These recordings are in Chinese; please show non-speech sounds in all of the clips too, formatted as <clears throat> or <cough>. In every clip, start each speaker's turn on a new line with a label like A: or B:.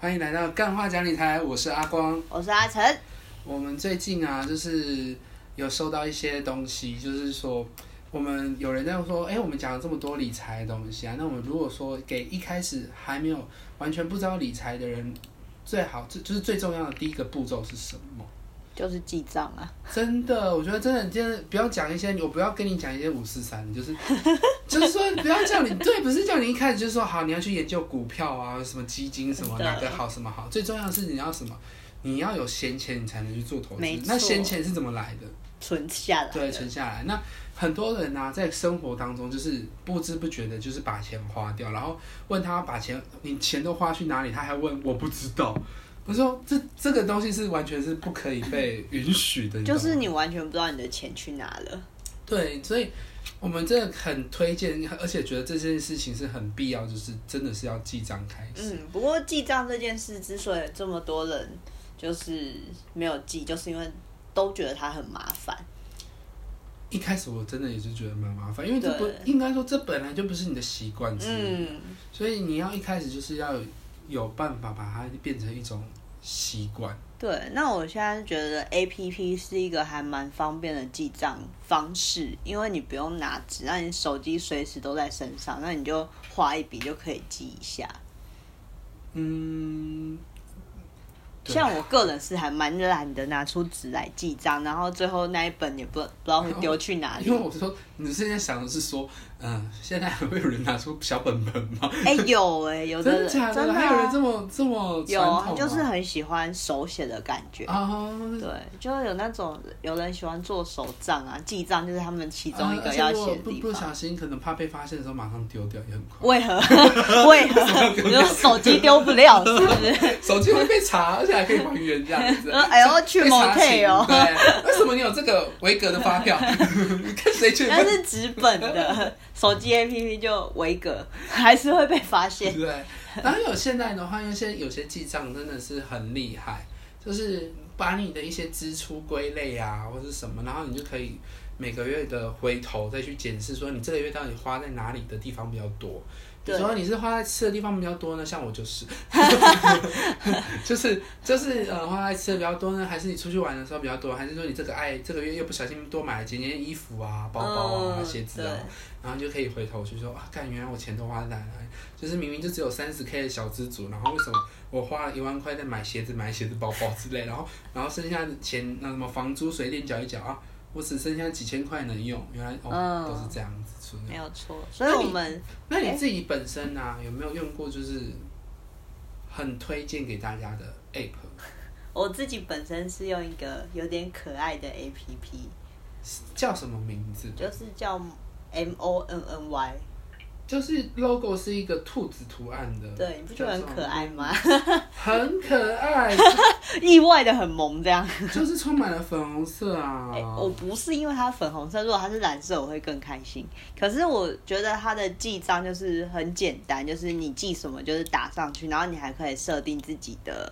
A: 欢迎来到干话讲理台，我是阿光。
B: 我是阿成，
A: 我们最近啊，就是有收到一些东西，就是说我们有人在说，哎、我们讲了这么多理财的东西啊，那我们如果说给一开始还没有完全不知道理财的人，最好这就是最重要的第一个步骤是什么？
B: 就是记账啊，
A: 真的，我觉得真的，真的不要讲一些，我不要跟你讲一些五四三，就是 <laughs> 就是说不要叫你对，不是叫你一开始就说好你要去研究股票啊，什么基金什么
B: 真的
A: 哪个好什么好，最重要的是你要什么，你要有闲钱你才能去做投资
B: 没。
A: 那
B: 错
A: 闲钱是怎么来的？
B: 存下来。
A: 对，存下来。那很多人呢、啊在生活当中就是不知不觉的，就是把钱花掉，然后问他把钱，你钱都花去哪里？他还问我不知道。我说这这个东西是完全是不可以被允许的，你懂
B: 就
A: 吗
B: 是你完全不知道你的钱去哪了。
A: 对，所以我们真的很推荐，而且觉得这件事情是很必要，就是真的是要记账开始。
B: 嗯，不过记账这件事之所以这么多人就是没有记，就是因为都觉得它很麻烦。
A: 一开始我真的也是觉得蛮麻烦，因为这不
B: 对
A: 应该说这本来就不是你的习惯之一，
B: 嗯，
A: 所以你要一开始就是要有有办法把它变成一种习惯。
B: 对。那我现在觉得 A P P 是一个还蛮方便的记账方式，因为你不用拿纸，那你手机随时都在身上，那你就画一笔就可以记一下。
A: 嗯，对
B: 像我个人是还蛮懒得拿出纸来记账，然后最后那一本也不不知道会丢去
A: <laughs>
B: 哪里
A: 嗯因为。我说你现在想的是说，嗯、现在还会有人拿出小本本吗？
B: 哎、有哎、有的
A: 真
B: 人
A: 的假的？
B: 啊
A: 还有人这么这么
B: 有
A: 传统
B: 啊
A: 吗、，
B: 就是很喜欢手写的感觉。
A: 啊，
B: 对，就有那种有人喜欢做手账啊，记账就是他们其中一
A: 啊而
B: 个
A: 且
B: 要
A: 如果
B: 写的地
A: 不不
B: 方。
A: 小心，可能怕被发现的时候马上丢掉也很
B: <laughs>
A: 快。
B: 为
A: <laughs>
B: 何？为何？你说手机丢不了是不是？
A: 手机会被查，而且还可以还原这样
B: <laughs>
A: 子。
B: 哎呦去哦
A: 被查寝 <laughs>
B: motel
A: 对，为什么你有这个维格的发票？ <laughs> 你看谁去？
B: 那是纸本的，手机 APP 就维格，还是会被发现。
A: 对，然后有现在的话，因为现在有些记账真的是很厉害，就是把你的一些支出归类啊，或是什么，然后你就可以每个月的回头再去检视，说你这个月到底花在哪里的地方比较多。比如
B: 对
A: 说你是花在吃的地方比较多呢，像我
B: <laughs>
A: 就是，就是就是呃花在吃的比较多呢，还是你出去玩的时候比较多，还是说你这个爱这个月又不小心多买了几件衣服啊、包包啊、
B: 嗯
A: 鞋子啊，然后就可以回头去说啊，干，原来我钱都花在哪里？就是明明就只有三十 K 的小资族，然后为什么我花了一万块在买鞋子、买鞋子、包包之类，然后然后剩下的钱那什么房租、水电缴一缴啊，我只剩下几千块能用，原来哦、
B: 嗯
A: 都是这样子存的
B: 对，没。有错。所以我们
A: 那你自己本身呢、有没有用过就是很推荐给大家的 app？
B: 我自己本身是用一个有点可爱的 APP，
A: 叫什么名字？
B: 就是叫 M O N N Y。
A: 就是 logo 是一个兔子图案的，
B: 对，你不觉得很可爱吗？？
A: 很可
B: <laughs>
A: 爱，
B: 意外的很萌这样。
A: 就是充满了粉红色啊！
B: 哎、我不是因为它粉红色，如果它是蓝色，我会更开心。可是我觉得它的记账就是很简单，就是你记什么就是打上去，然后你还可以设定自己的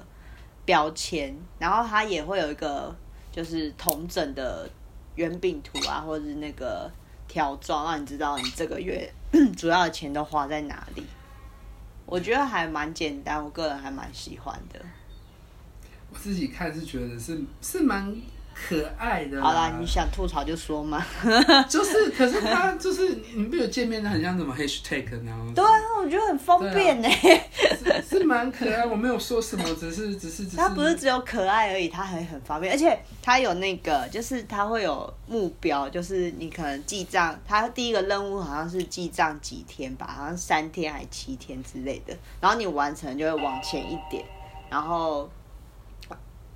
B: 标签，然后它也会有一个就是同整的圆饼图啊，或者是那个条状，让你知道你这个月 <clears throat> 主要的钱都花在哪里。我觉得还蛮简单，我个人还蛮喜欢的。
A: 我自己看是觉得是是蛮可爱的。
B: 好啦，你想吐槽就说嘛。
A: 就是，可是他就是你你不有见面的，很像什么 hashtag 那样子
B: 对啊，我觉得很方便欸呢、
A: 是是蛮可爱。我没有说什么，只是只是只 <laughs> 是
B: 它不是只有可爱而已，它还很方便，而且它有那个，就是它会有目标，就是你可能记账，它第一个任务好像是记账几天吧，好像三天还七天之类的，然后你完成就会往前一点，然后，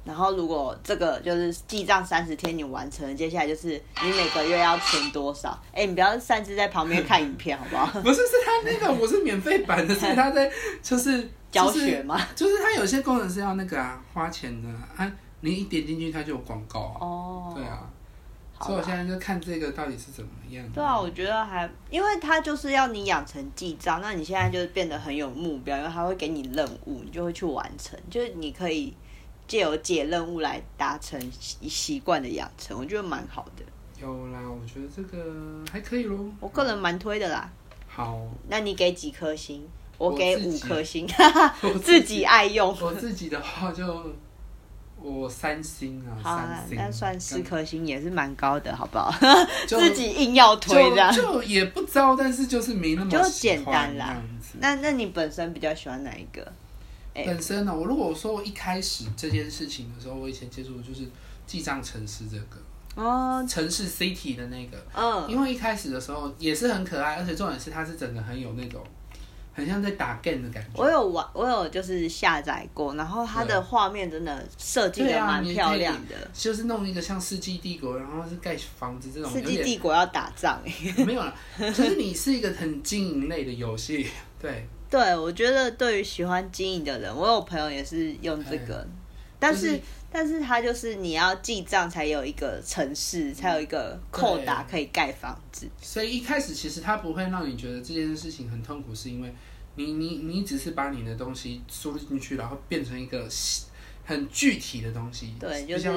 B: 然后如果这个就是记账三十天你完成了，接下来就是你每个月要存多少？哎、你不要擅自在旁边看影片好不好？ <laughs>
A: 不是是他那个我是免费版的，所以他在就是
B: <laughs> 教学吗？
A: 就是他有些功能是要那个啊花钱的啊，你一点进去它就有广告啊，
B: 哦，
A: 对啊，
B: 好啦
A: 所以我现在就看这个到底是怎么样。
B: 对啊，我觉得还，因为它就是要你养成记账，那你现在就是变得很有目标，因为它会给你任务，你就会去完成，就是你可以借由解任务来达成习习惯的养成，我觉得蛮好的，
A: 有啦，我觉得这个还可以咯。
B: 我个人蛮推的啦。 <laughs>
A: 好，
B: 那你给几颗星？我给
A: 哦我自
B: 五
A: 己
B: 颗星，
A: <laughs> 我
B: 自己爱用。
A: 我自己的话就我三星啊，
B: 好啦
A: 三，星，
B: 那算四颗星也是蛮高的，好不好？
A: <laughs> 就
B: 自己硬要推这样。
A: 就就也不糟，但是就是没那么
B: 就
A: 喜
B: 简
A: 欢
B: 单啦
A: 这样子
B: 那那你本身比较喜欢哪一个？哎
A: 本身呢、我如果说我一开始这件事情的时候，我以前接触的就是记账城市这个
B: 哦，
A: 城市 City 的那个，
B: 嗯，
A: 因为一开始的时候也是很可爱，而且重点是它是整个很有那种很像在打 game 的感觉。
B: 我有玩，我有就是下载过，然后它的画面真的设计
A: 对
B: 的
A: 啊
B: 蛮
A: 你
B: 漂
A: 可以
B: 亮的。
A: 就是弄一个像《世纪帝国》，然后是盖房子这种，
B: 世
A: 有
B: 纪
A: 点
B: 帝国要打仗哎、
A: <laughs> 没有啦，就是你是一个很经营类的游戏，对，
B: 对，我觉得对于喜欢经营的人，我有朋友也是用这个， <laughs> 但是、
A: 嗯就是
B: 但是他就是你要记账才有一个城市，才有一个扣打可以盖房子。
A: 所以一开始其实它不会让你觉得这件事情很痛苦，是因为你你你只是把你的东西输入进去，然后变成一个很具体的东西，
B: 对，就
A: 比
B: 是
A: 较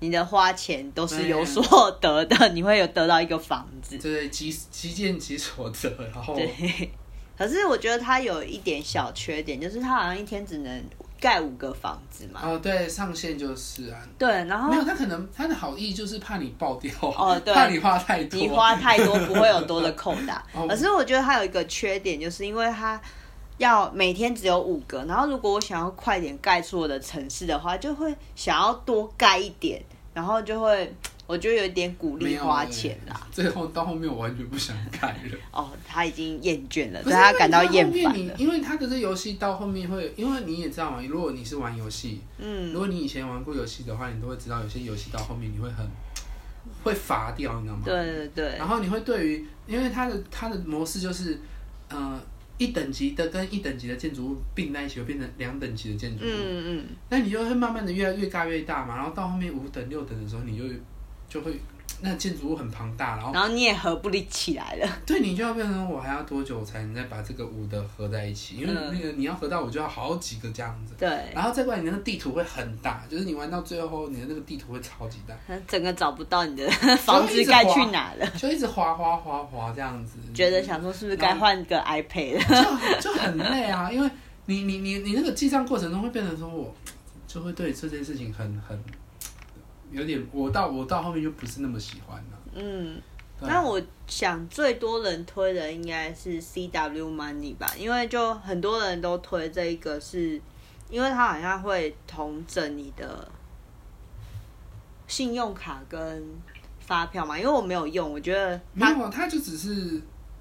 B: 你的花钱都是有
A: 嗯对
B: 所得的，你会有得到一个房子。
A: 对极极见其所得，然后
B: 对，可是我觉得它有一点小缺点，就是它好像一天只能盖五个房子嘛。
A: 哦对，上线就是啊。
B: 对，然后
A: 没有，他可能他的好意就是怕你爆掉，
B: 哦
A: <laughs>
B: 对
A: 怕你花太多，
B: 你花太多不会有多的扣打
A: <laughs> 哦。
B: 可是我觉得它有一个缺点，就是因为它要每天只有五个，然后如果我想要快点盖出我的城市的话，就会想要多盖一点，然后就会我觉得有一点鼓
A: 没
B: 励
A: 有
B: 花钱啊啦。
A: 欸最后到后面我完全不想盖了。
B: 哦，他已经厌倦了，
A: 不
B: 对
A: 是
B: 他感到厌
A: 因为
B: 烦
A: 你
B: 了。
A: 因为他的这游戏到后面会，因为你也知道嘛，如果你是玩游戏，
B: 嗯，
A: 如果你以前玩过游戏的话，你都会知道有些游戏到后面你会很会乏掉，你知道吗？
B: 对对对，
A: 然后你会对于，因为它的它的模式就是，呃，一等级的跟一等级的建筑物并在一起，会变成两等级的建筑物。
B: 嗯嗯，
A: 那你就会慢慢的越来越盖越大嘛，然后到后面五等六等的时候，你就就会那建筑物很庞大，然后
B: 然后你也合不理起来了。
A: <laughs> 对你就要变成我还要多久才能再把这个五的合在一起？因为
B: 嗯
A: 那个你要合到我就要好几个这样子，
B: 对，
A: 然后再不然你那个地图会很大，就是你玩到最后你的那个地图会超级大，
B: <laughs> 整个找不到
A: <laughs>
B: 你的房子盖去哪了，
A: 就一直滑滑滑滑这样子，
B: <laughs> 觉得想说是不是
A: 嗯
B: 该换个 iPad 了？
A: 就就很累啊，因为你你你你那个记账过程中会变成说我就会对这件事情很很有点，我到我到后面就不是那么喜欢了、
B: 嗯，
A: 对啊
B: 那我想最多人推的应该是 CW Money 吧，因为就很多人都推这一个是，因为它好像会同整你的信用卡跟发票嘛，因为我没有用，我觉得
A: 没
B: 它
A: 有，啊它就只是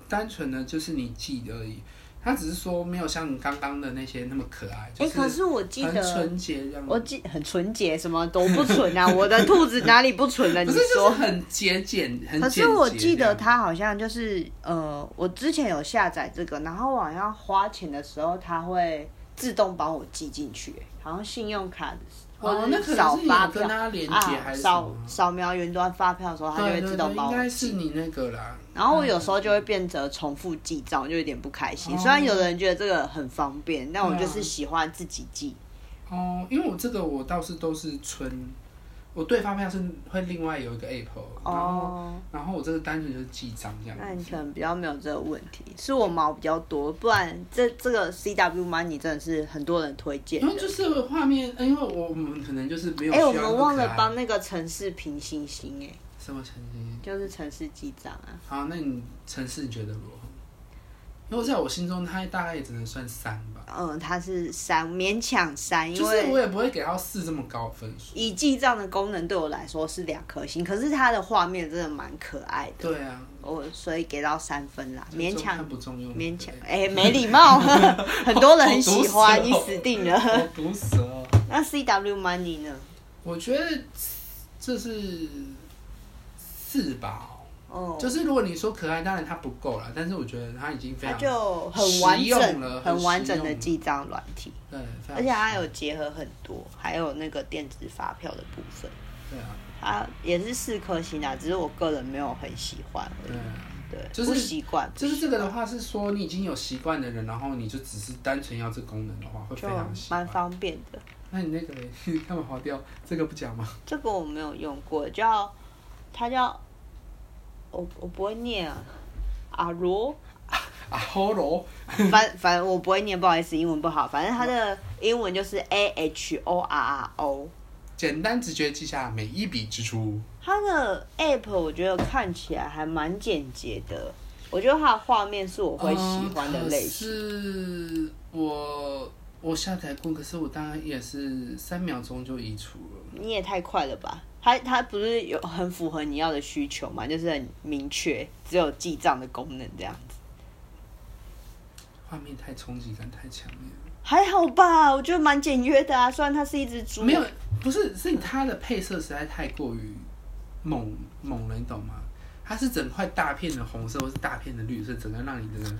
A: 单纯的就是你记得而已。它只是说没有像你刚刚的那些那么可爱，
B: 哎、
A: 就是
B: 可是我记
A: 很
B: 得，
A: 纯洁这样
B: 我
A: 子。
B: 记很纯洁，什么都不纯啊！我的兔子哪里不纯了？
A: <laughs> 不
B: 你
A: 是，就是
B: 说？
A: 很节俭，很
B: 可
A: 简洁这
B: 是
A: 样。
B: 我记得它好像就是呃，我之前有下载这个，然后我好像花钱的时候，它会自动帮我记进去、欸好像信用卡或
A: 哦，
B: 者
A: 那
B: 是
A: 可
B: 扫
A: 能是你
B: 发
A: 有
B: 票
A: 跟它连接
B: 啊，
A: 还是什
B: 扫
A: 么？
B: 扫描云端发票的时候，它就会
A: 对对
B: 自
A: 对，
B: 动帮
A: 应
B: 我
A: 该
B: 记
A: 是。你那个啦。
B: 然后我有时候就会变得重复记账，我就有点不开心。
A: 哦
B: 虽然有的人觉得这个很方便，但我就
A: 对
B: 是
A: 啊
B: 喜欢自己记。
A: 哦，因为我这个我倒是都是存，我对发票是会另外有一个 app，然后
B: 哦，
A: 然后我这个单纯就是记账这样
B: 那你
A: 子。
B: 可能比较没有这个问题，是我毛比较多，不然这这个 CW Money 真的是很多人推荐
A: 因为
B: 的。
A: 就是画面，呃因为我我们可能就是没有
B: 哎、
A: 需要
B: 我们忘
A: 那么
B: 了
A: 可爱
B: 帮那个城市评星星、哎，
A: 什么城市？
B: 就是城市记账啊。
A: 好，那你城市你觉得如何？因为在我心中，它大概也只能算三吧，
B: 嗯，它是三，勉强三，啊因
A: 就是我
B: 为
A: 也不会给到四这么高分数。
B: 以记账的功能对我来说是两颗星，可是它的画面真的蛮可爱的，
A: 对啊，
B: 我所以给到三分啦，勉
A: 就
B: 强
A: 看不中用，
B: 勉强
A: 对。
B: 哎、没礼貌， <laughs> 很多人很喜
A: 好
B: 欢，
A: 毒
B: 你
A: 舌哦
B: 死定
A: <laughs>
B: 了。
A: 好毒舌哦。
B: 那 CW Money 呢？
A: 我觉得这是四吧、哦
B: 哦，
A: 就是如果你说可爱，当然它不够了，但是我觉得它已经非
B: 它
A: 常
B: 就很完
A: 实用了
B: 整、
A: 很
B: 很完整
A: 实
B: 的
A: 用
B: 记账软体，
A: 对，非常
B: 而且它有结合很多，还有那个电子发票的部分，
A: 对啊，
B: 它也是四颗星啊，只是我个人没有很喜欢而
A: 对
B: 已，
A: 啊。
B: 对，
A: 就是
B: 不习惯，
A: 就是这个的话，是说你已经有习惯的人，然后你就只是单纯要这功能的话，会非
B: 就
A: 常喜
B: 蛮
A: 欢。
B: 方便的。
A: 那你那个嘞， <laughs> 你干嘛划掉？这个不讲吗？
B: 这个我没有用过，叫
A: <laughs>
B: 它叫我我不会念啊，阿罗
A: 啊，Horo，
B: 反反正我不会念，不好意思，英文不好。反正它
A: <laughs>
B: 的英文就是 A H O R R O。
A: 简单直觉记下每一笔支出。
B: 它的 app 我觉得看起来还蛮简洁的，我觉得它的画面是我会喜欢
A: 哦
B: 的类型。
A: 嗯可是我我下载过，可是我当然也是三秒钟就移除了。
B: 你也太快了吧！它它不是有很符合你要的需求嘛？就是很明确，只有记账的功能这样子，
A: 画面太冲击感太强烈了，
B: 还好吧？我觉得蛮简约的啊。虽然它是一只猪，
A: 没有，不是是它的配色实在太过于猛猛了，你懂吗？它是整块大片的红色或是大片的绿色，整个让你的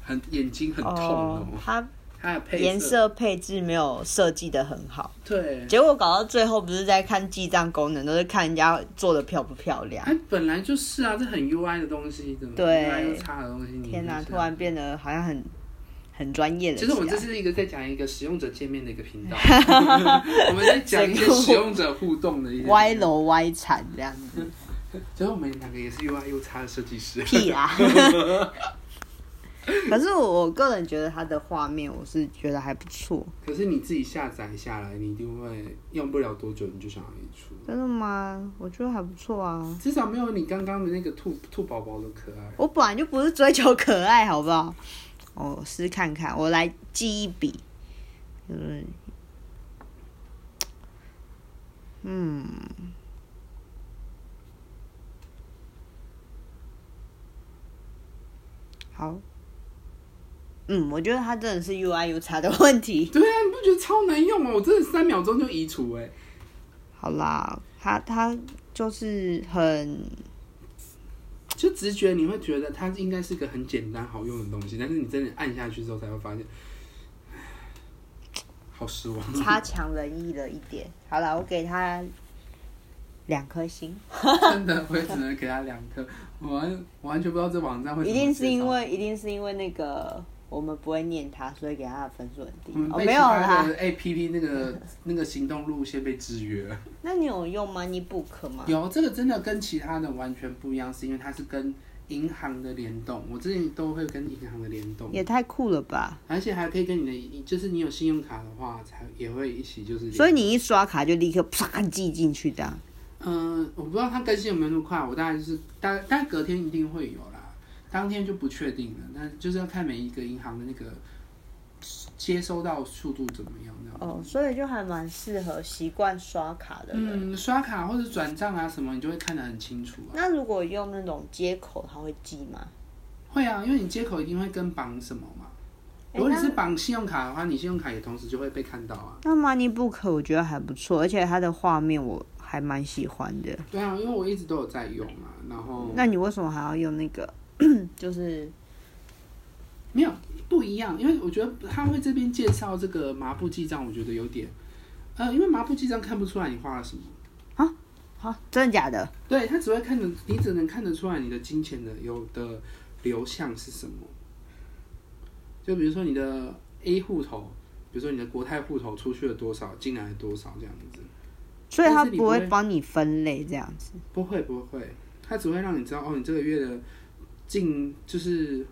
A: 很眼睛很痛，你
B: 哦
A: 懂，吗？
B: 它
A: 它的配
B: 颜色配置没有设计的很好。
A: 对，
B: 结果搞到最后，不是在看记账功能，都是看人家做的漂不漂亮。
A: 它哎本来就是啊，这很 UI 的东西，对吗
B: 啊对
A: ，UI 又差的东西，你
B: 天哪、
A: 就是
B: 突然变得好像很很专业了起
A: 啊其
B: 来。
A: 实我们这是一个在讲一个使用者界面的一个
B: <laughs>
A: 频道， <laughs> 我们在讲一些使用者互动的一些
B: 歪。楼歪产这样子，
A: 其实我们两个也是 UI 又差的设计师。
B: 屁啦！可是我我个人觉得它的画面，我是觉得还不错。
A: <laughs> 可是你自己下载下来，你一定会用不了多久你就想要移除，
B: 真的吗？我觉得还不错啊。
A: 至少没有你刚刚的那个兔兔宝宝的可爱。
B: 我本来就不是追求可爱，好不好？我试看看，我来记一笔，就是，嗯，好，嗯，我觉得它真的是 UI U 差的问题。
A: 对啊，你不觉得超难用吗？我真的三秒钟就移除哎、
B: 好啦，它它就是 <laughs> 很
A: 就直觉你会觉得它应该是个很简单好用的东西，但是你真的按下去之后才会发现，好失望。
B: <laughs>
A: <laughs>
B: 差强人意了一点。好啦，我给它两颗星。
A: 真的，我也只能给他两颗。我完我完全不知道这网站会怎么
B: 一定是因
A: 介绍
B: 为，一定是因为那个我们不会念它，所以给它的分数很低
A: 我。们
B: 哦，
A: 被
B: 没
A: 其
B: 有
A: 他
B: 啦。
A: 的 A P P 那
B: <laughs>
A: 个那个行动路线被制约了。
B: 那你有用 MoneyBook 吗？
A: 有这个真的跟其他的完全不一样，是因为它是跟银行的联动。我之前都会跟银行的联动，
B: 也太酷了吧！
A: 而且还可以跟你的，就是你有信用卡的话，才也会一起就是。
B: 所以你一刷卡就立刻啪记进去的啊。
A: 嗯，我不知道它更新有没有那么快，我大概就是大但隔天一定会有啦，当天就不确定了，那就是要看每一个银行的那个接收到速度怎么样这样。
B: 哦，所以就还蛮适合习惯刷卡的人。
A: 嗯，刷卡或者转账啊什么，你就会看得很清楚啊。
B: 那如果用那种接口，它会记吗？
A: 会啊，因为你接口一定会跟绑什么嘛。
B: 诶
A: 如果你是绑信用卡的话，你信用卡也同时就会被看到啊。
B: 那 MoneyBook 我觉得还不错，而且它的画面我还蛮喜欢的。
A: 对啊，因为我一直都有在用啊，然后
B: 那你为什么还要用那个？ <clears throat> 就是
A: 没有不一样，因为我觉得他会这边介绍这个麻布记账，我觉得有点，呃，因为麻布记账看不出来你花了什么，
B: 好，真的假的？
A: 对他只会看得，你只能看得出来你的金钱的有的流向是什么。就比如说你的 A 户头，比如说你的国泰户头出去了多少，进来了多少这样子，
B: 所以它
A: 但是你
B: 不
A: 不
B: 会
A: 会
B: 帮你分类这样子。
A: 不会不会，他只会让你知道哦，你这个月的进就是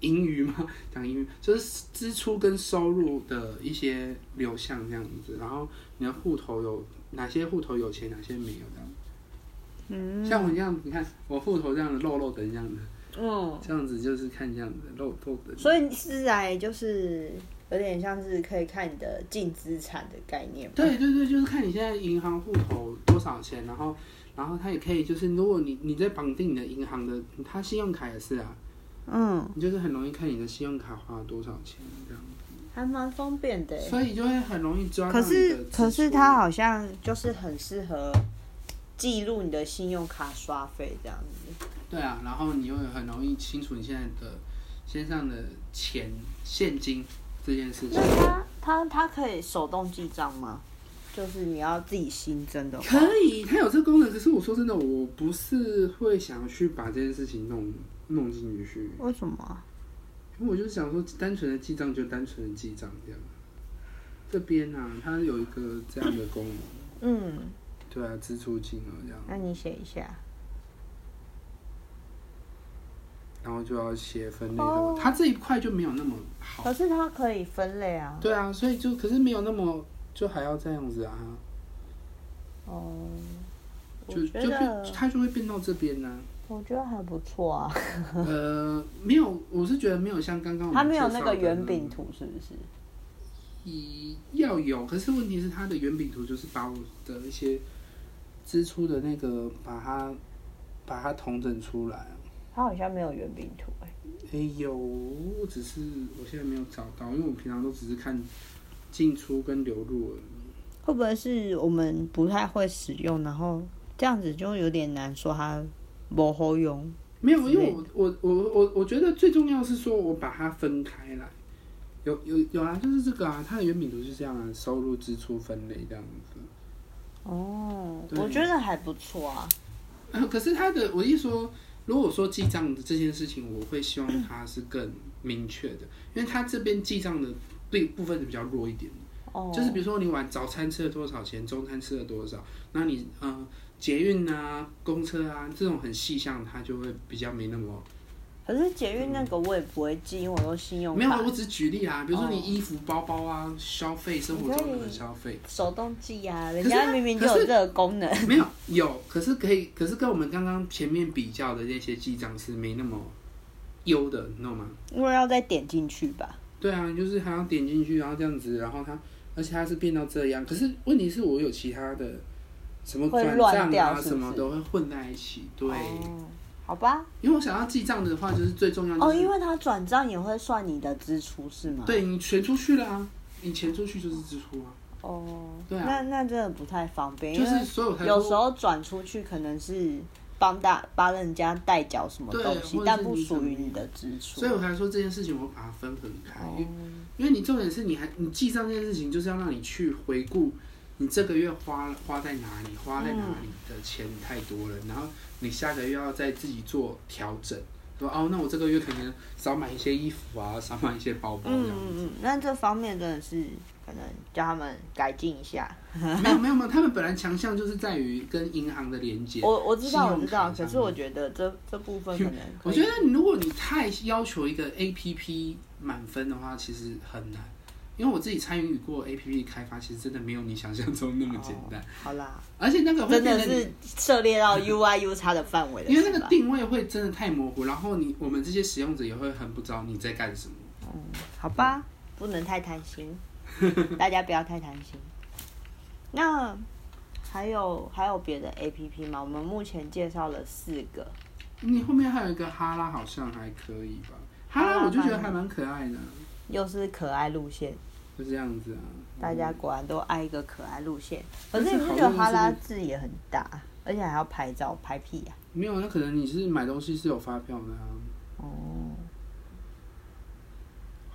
A: 盈余嘛， <laughs> 讲盈余就是支出跟收入的一些流向这样子，然后你的户头有哪些户头有钱，哪些没有这样。嗯，像我这样，你看我户头这样的肉肉的这样子，
B: 嗯，
A: 这样子就是看这样子肉肉的。
B: 所以自然就是有点像是可以看你的净资产的概念。
A: 对对对，就是看你现在银行户头多少钱，然后然后它也可以就是，如果你你在绑定你的银行的，它信用卡也是啊，
B: 嗯，
A: 你就是很容易看你的信用卡花了多少钱这样，
B: 还蛮方便的耶。
A: 所以就会很容易抓到
B: 可
A: 你的
B: 是
A: 支出
B: 可是它好像就是很适合记录你的信用卡刷费这样子。
A: 对啊，然后你又很容易清楚你现在的身上的钱现金这件事情
B: 那。它它它可以手动记账吗？就是你要自己新增的话，
A: 可以，它有这个功能，可是我说真的，我不是会想去把这件事情弄弄进去，
B: 为什么啊？
A: 因为我就想说，单纯的记账就单纯的记账这样。这边啊，它有一个这样的功能，
B: 嗯，
A: 对啊，支出金额这样。
B: 那你写一下。
A: 然后就要写分类什么，它这一块就没有那么好
B: 可。是它可以分类啊。
A: 对啊，所以就可是没有那么就还要这样子啊，
B: 哦，我
A: 就就
B: 觉
A: 变
B: 得
A: 它就会变到这边
B: <laughs>
A: 呢、
B: 我觉得还不错啊。
A: 呃，没有，我是觉得没有像刚刚我们
B: 它没有
A: 介
B: 那
A: 绍
B: 个
A: 的
B: 圆饼图是不是？
A: 一要有，可是问题是它的圆饼图就是把我的一些支出的那个把它把它统整出来。
B: 它好像没有圆饼图哎、
A: 哎呦，我只是我现在没有找到，因为我平常都只是看进出跟流入而已。
B: 会不会是我们不太会使用，然后这样子就有点难说它不好用？
A: 没有，因为我我我我我觉得最重要是说我把它分开来。有有有啊，就是这个啊，它的圆饼图是这样啊，收入支出分类这样子。
B: 哦，
A: 对
B: 我觉得还不错啊。
A: 呃，可是他的我一说，如果说记账的这件事情，我会希望它是更明确的，因为他这边记账的对部分是比较弱一点的，
B: 哦，
A: 就是比如说你晚早餐吃了多少钱，中餐吃了多少，那你呃捷运啊、公车啊这种很细项，它就会比较没那么
B: 可是捷运那个我也不会记，因为我用信用
A: 没有啊，
B: 卡
A: 我只是举例啊，比如说你
B: 哦
A: 衣服、包包啊，消费生活中的消费。
B: 手动记啊，人
A: 是它
B: 家明明就有
A: 可
B: 这
A: 是
B: 个功能。
A: 没有有，可是可以，可是跟我们刚刚前面比较的那些记账是没那么优的，你懂吗？
B: 因为要再点进去吧。
A: 对啊，就是还要点进去，然后这样子，然后它，而且它是变到这样。可是问题是我有其他的什么
B: 会
A: 转
B: 乱
A: 账
B: 掉
A: 啊，
B: 是不
A: 什么
B: 是
A: 都会混在一起。对，
B: 哦好吧。
A: 因为我想要记账的话，就是最重要、就是、
B: 哦，因为它转账也会算你的支出是吗？。
A: 对你钱出去了啊，你钱出去就是支出啊，
B: 哦。
A: 对啊
B: 那那真的不太方便，
A: 就
B: 因
A: 是
B: 为
A: 所有才
B: 哎有时候转出去可能是帮大帮人家代缴什么
A: 对
B: 东西
A: 或者是，
B: 但
A: 你
B: 不属
A: 怎么
B: 于
A: 样
B: 你的支出。
A: 所以我才说这件事情我把它分很开，因为
B: 哦。
A: 因为你重点是你还你记账这件事情，就是要让你去回顾你这个月花花在哪里，花在哪里的钱太多了，然后你下个月要再自己做调整，说哦，那我这个月可能少买一些衣服啊，少买一些包包这
B: 嗯嗯
A: 样子。
B: 嗯，那这方面真的是可能叫他们改进一下。
A: 没有没有没有，他们本来强项就是在于跟银行的连接。
B: 我我知道我知
A: 信用
B: 道，
A: 卡
B: 可是我觉得这这部
A: <laughs>
B: 分可能可
A: 我
B: 以
A: 觉得如果你太要求一个 A P P 满分的话，其实很难。因为我自己参与过 A P P 开发，其实真的没有你想象中那么简单，
B: 哦好啦，
A: 而且那个会
B: 真
A: 变
B: 的
A: 得你
B: 是涉猎
A: <laughs>
B: 到 UI U 叉的范围了，
A: 因为那
B: 是
A: 个
B: 吧
A: 定位会真的太模糊，然后你我们这些使用者也会很不知道你在干什么。
B: 嗯好吧，不能太贪
A: <laughs>
B: 心，大家不要太贪心。那还有还有别的 APP 吗？我们目前介绍了四个，
A: 你后面还有一个哈拉，好像还可以吧？哈
B: 哈拉
A: 拉我就觉得还蛮可爱的，
B: 又是可爱路线，
A: 就这样子啊。
B: 大家果然都爱一个可爱路线。可
A: 但
B: 是
A: 是
B: 你不
A: 好
B: 觉得
A: 用
B: 哈拉
A: 是
B: 字也很大，而且还要拍照拍屁啊呀、
A: 没有，那可能你是买东西是有发票的啊，
B: 哦，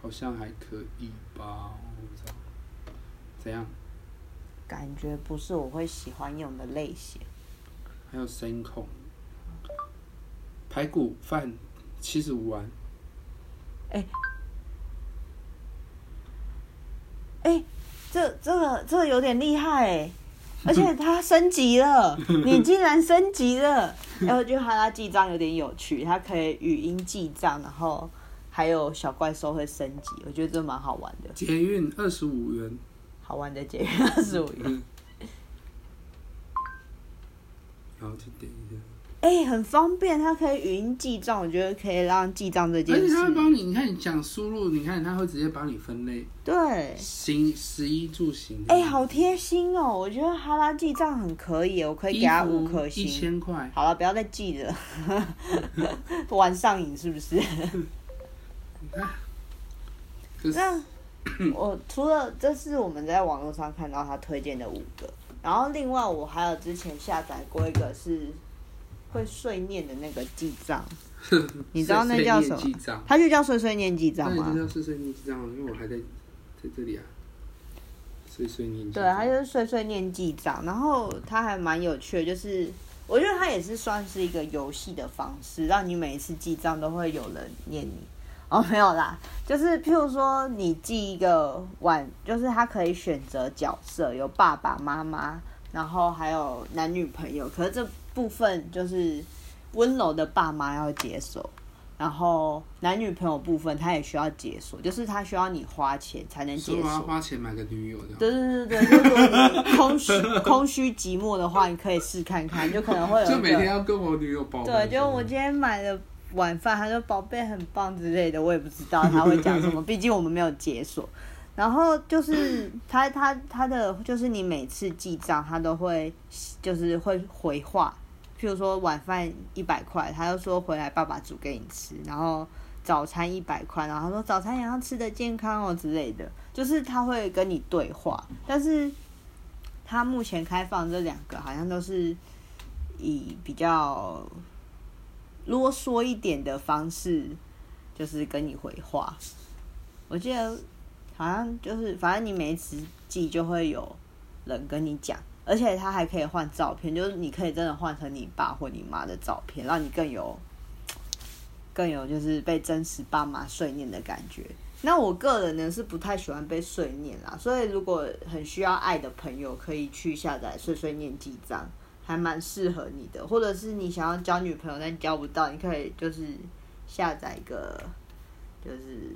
A: 好像还可以吧？我不知道怎样？
B: 感觉不是我会喜欢用的类型。
A: 还有声控，排骨饭七十五万，
B: 这这个这个有点厉害
A: <laughs>
B: 哎，而且它升级了，你竟然升级了！然后就哈拉记账有点有趣，它可以语音记账，然后还有小怪兽会升级，我觉得这蛮好玩的，
A: 捷运二十五元，
B: 好玩的节约二十五元，
A: 然后就点一下。
B: 哎、很方便，它可以语音记账，我觉得可以让记账这
A: 而
B: 件
A: 且他会
B: 事，
A: 帮你，你看你讲输入，你看他会直接帮你分类，
B: 对。
A: 行，十一住行。
B: 哎、好贴心哦！我觉得哈拉记账很可以耶，哦我可以给他五颗星。
A: 一千块。
B: 好了，不要再记了， <laughs> 玩上瘾是不是？
A: 可是
B: 那
A: <clears throat>
B: 我除了这是我们在网络上看到他推荐的五个，然后另外我还有之前下载过一个是会碎念的那个记
A: <laughs>
B: 账，你知道那叫什么
A: 碎念记账？
B: 它就叫碎碎念记账
A: 对，
B: 吗
A: 就？叫碎碎念记账，因为我还在在这里啊。碎碎念记
B: 对，
A: 账。
B: 它就是碎碎念记账，然后它还蛮有趣的，就是我觉得它也是算是一个游戏的方式，让你每一次记账都会有人念你。哦，没有啦，就是譬如说你记一个碗，就是它可以选择角色，有爸爸妈妈，然后还有男女朋友，可是这部分就是温柔的爸妈要接受。然后男女朋友部分，它也需要解锁，就是它需要你花钱才能
A: 所以
B: 解
A: 我要
B: 锁。
A: 花钱买个女友这样。
B: 对对对对，如果你空虚空虚寂寞的话，你可以试看看，就可能会有
A: 就
B: 一
A: 每天
B: 个
A: 要跟我女友保啊
B: 对，就我今天买了晚饭，他说宝贝很棒之类的，我也不知道他会讲什么，毕竟我们没有解锁。然后就是他他他的就是你每次记账，他都会就是会回话，譬如说晚饭一百块，他就说回来爸爸煮给你吃，然后早餐一百块，然后他说早餐也要吃的健康哦之类的，就是他会跟你对话，但是他目前开放这两个好像都是以比较啰嗦一点的方式，就是跟你回话。我记得好像就是，反正你每一次记就会有人跟你讲，而且他还可以换照片，就是你可以真的换成你爸或你妈的照片，让你更有更有就是被真实爸妈碎念的感觉。那我个人呢是不太喜欢被碎念啦，所以如果很需要爱的朋友，可以去下载碎碎念记账。还蛮适合你的，或者是你想要交女朋友但交不到，你可以就是下载一个，就是，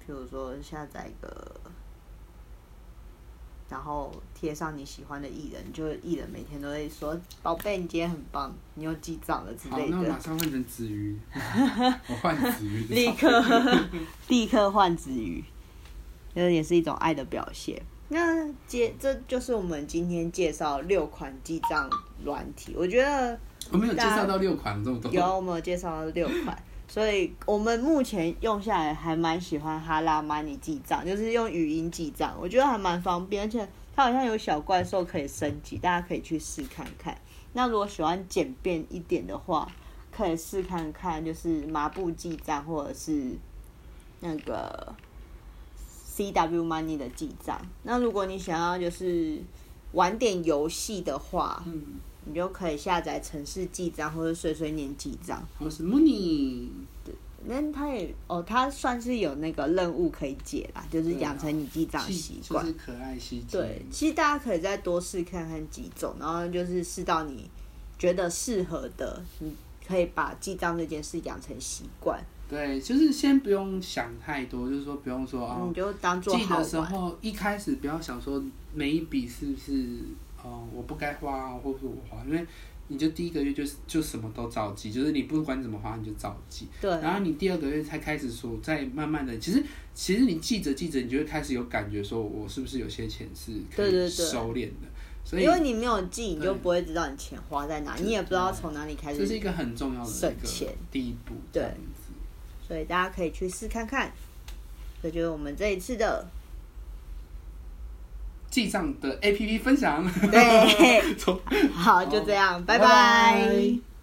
B: 譬如说下载一个，然后贴上你喜欢的艺人，就是艺人每天都会说：“宝贝，你今天很棒，你又记账了之
A: 好，
B: 类
A: 那我
B: 的
A: 马。上换成子瑜， <laughs> 我换子”瑜
B: 立刻 <laughs> 立刻换子瑜，这也是一种爱的表现。那介这就是我们今天介绍六款记账软体，我觉得。
A: 我没有介绍到六款这么多，
B: 有，我们有介绍了六款，所以我们目前用下来还蛮喜欢哈拉 money 记账，就是用语音记账，我觉得还蛮方便，而且它好像有小怪兽可以升级，大家可以去试看看。那如果喜欢简便一点的话，可以试看看，就是麻布记账或者是那个 CW Money 的记账。那如果你想要就是玩点游戏的话，
A: 嗯，
B: 你就可以下载城市记账或者碎碎念记账。
A: 我是 Mooney，
B: 那它也哦，它算是有那个任务可以解啦，就是养成你记账习
A: 啊就
B: 惯。
A: 是可爱西季
B: 对，其实大家可以再多试看看几种，然后就是试到你觉得适合的，你可以把记账这件事养成习惯，
A: 对，就是先不用想太多，就是说不用说啊，
B: 你就当嗯做
A: 记
B: 好
A: 的时
B: 玩。
A: 候一开始不要想说每一笔是不是哦我不该花、啊，或是我花，因为你就第一个月就是就什么都照记，就是你不管怎么花你就照记，
B: 对，
A: 然后你第二个月才开始说，再慢慢的，其实其实你记着记着，你就会开始有感觉，说我是不是有些钱是可
B: 对对对
A: 以收敛的，所以
B: 因为你没有记，你就
A: 对啊
B: 不会知道你钱花在哪，你也不知道从哪里开
A: 这是
B: 始
A: 一个很重要的
B: 省
A: 一个
B: 钱
A: 第一步，这
B: 对
A: 样子
B: 所以大家可以去试看看。这就是我们这一次的，
A: 记账的 A P P 分享，
B: 对，
A: 从
B: 好，就这样，拜
A: 拜拜
B: 拜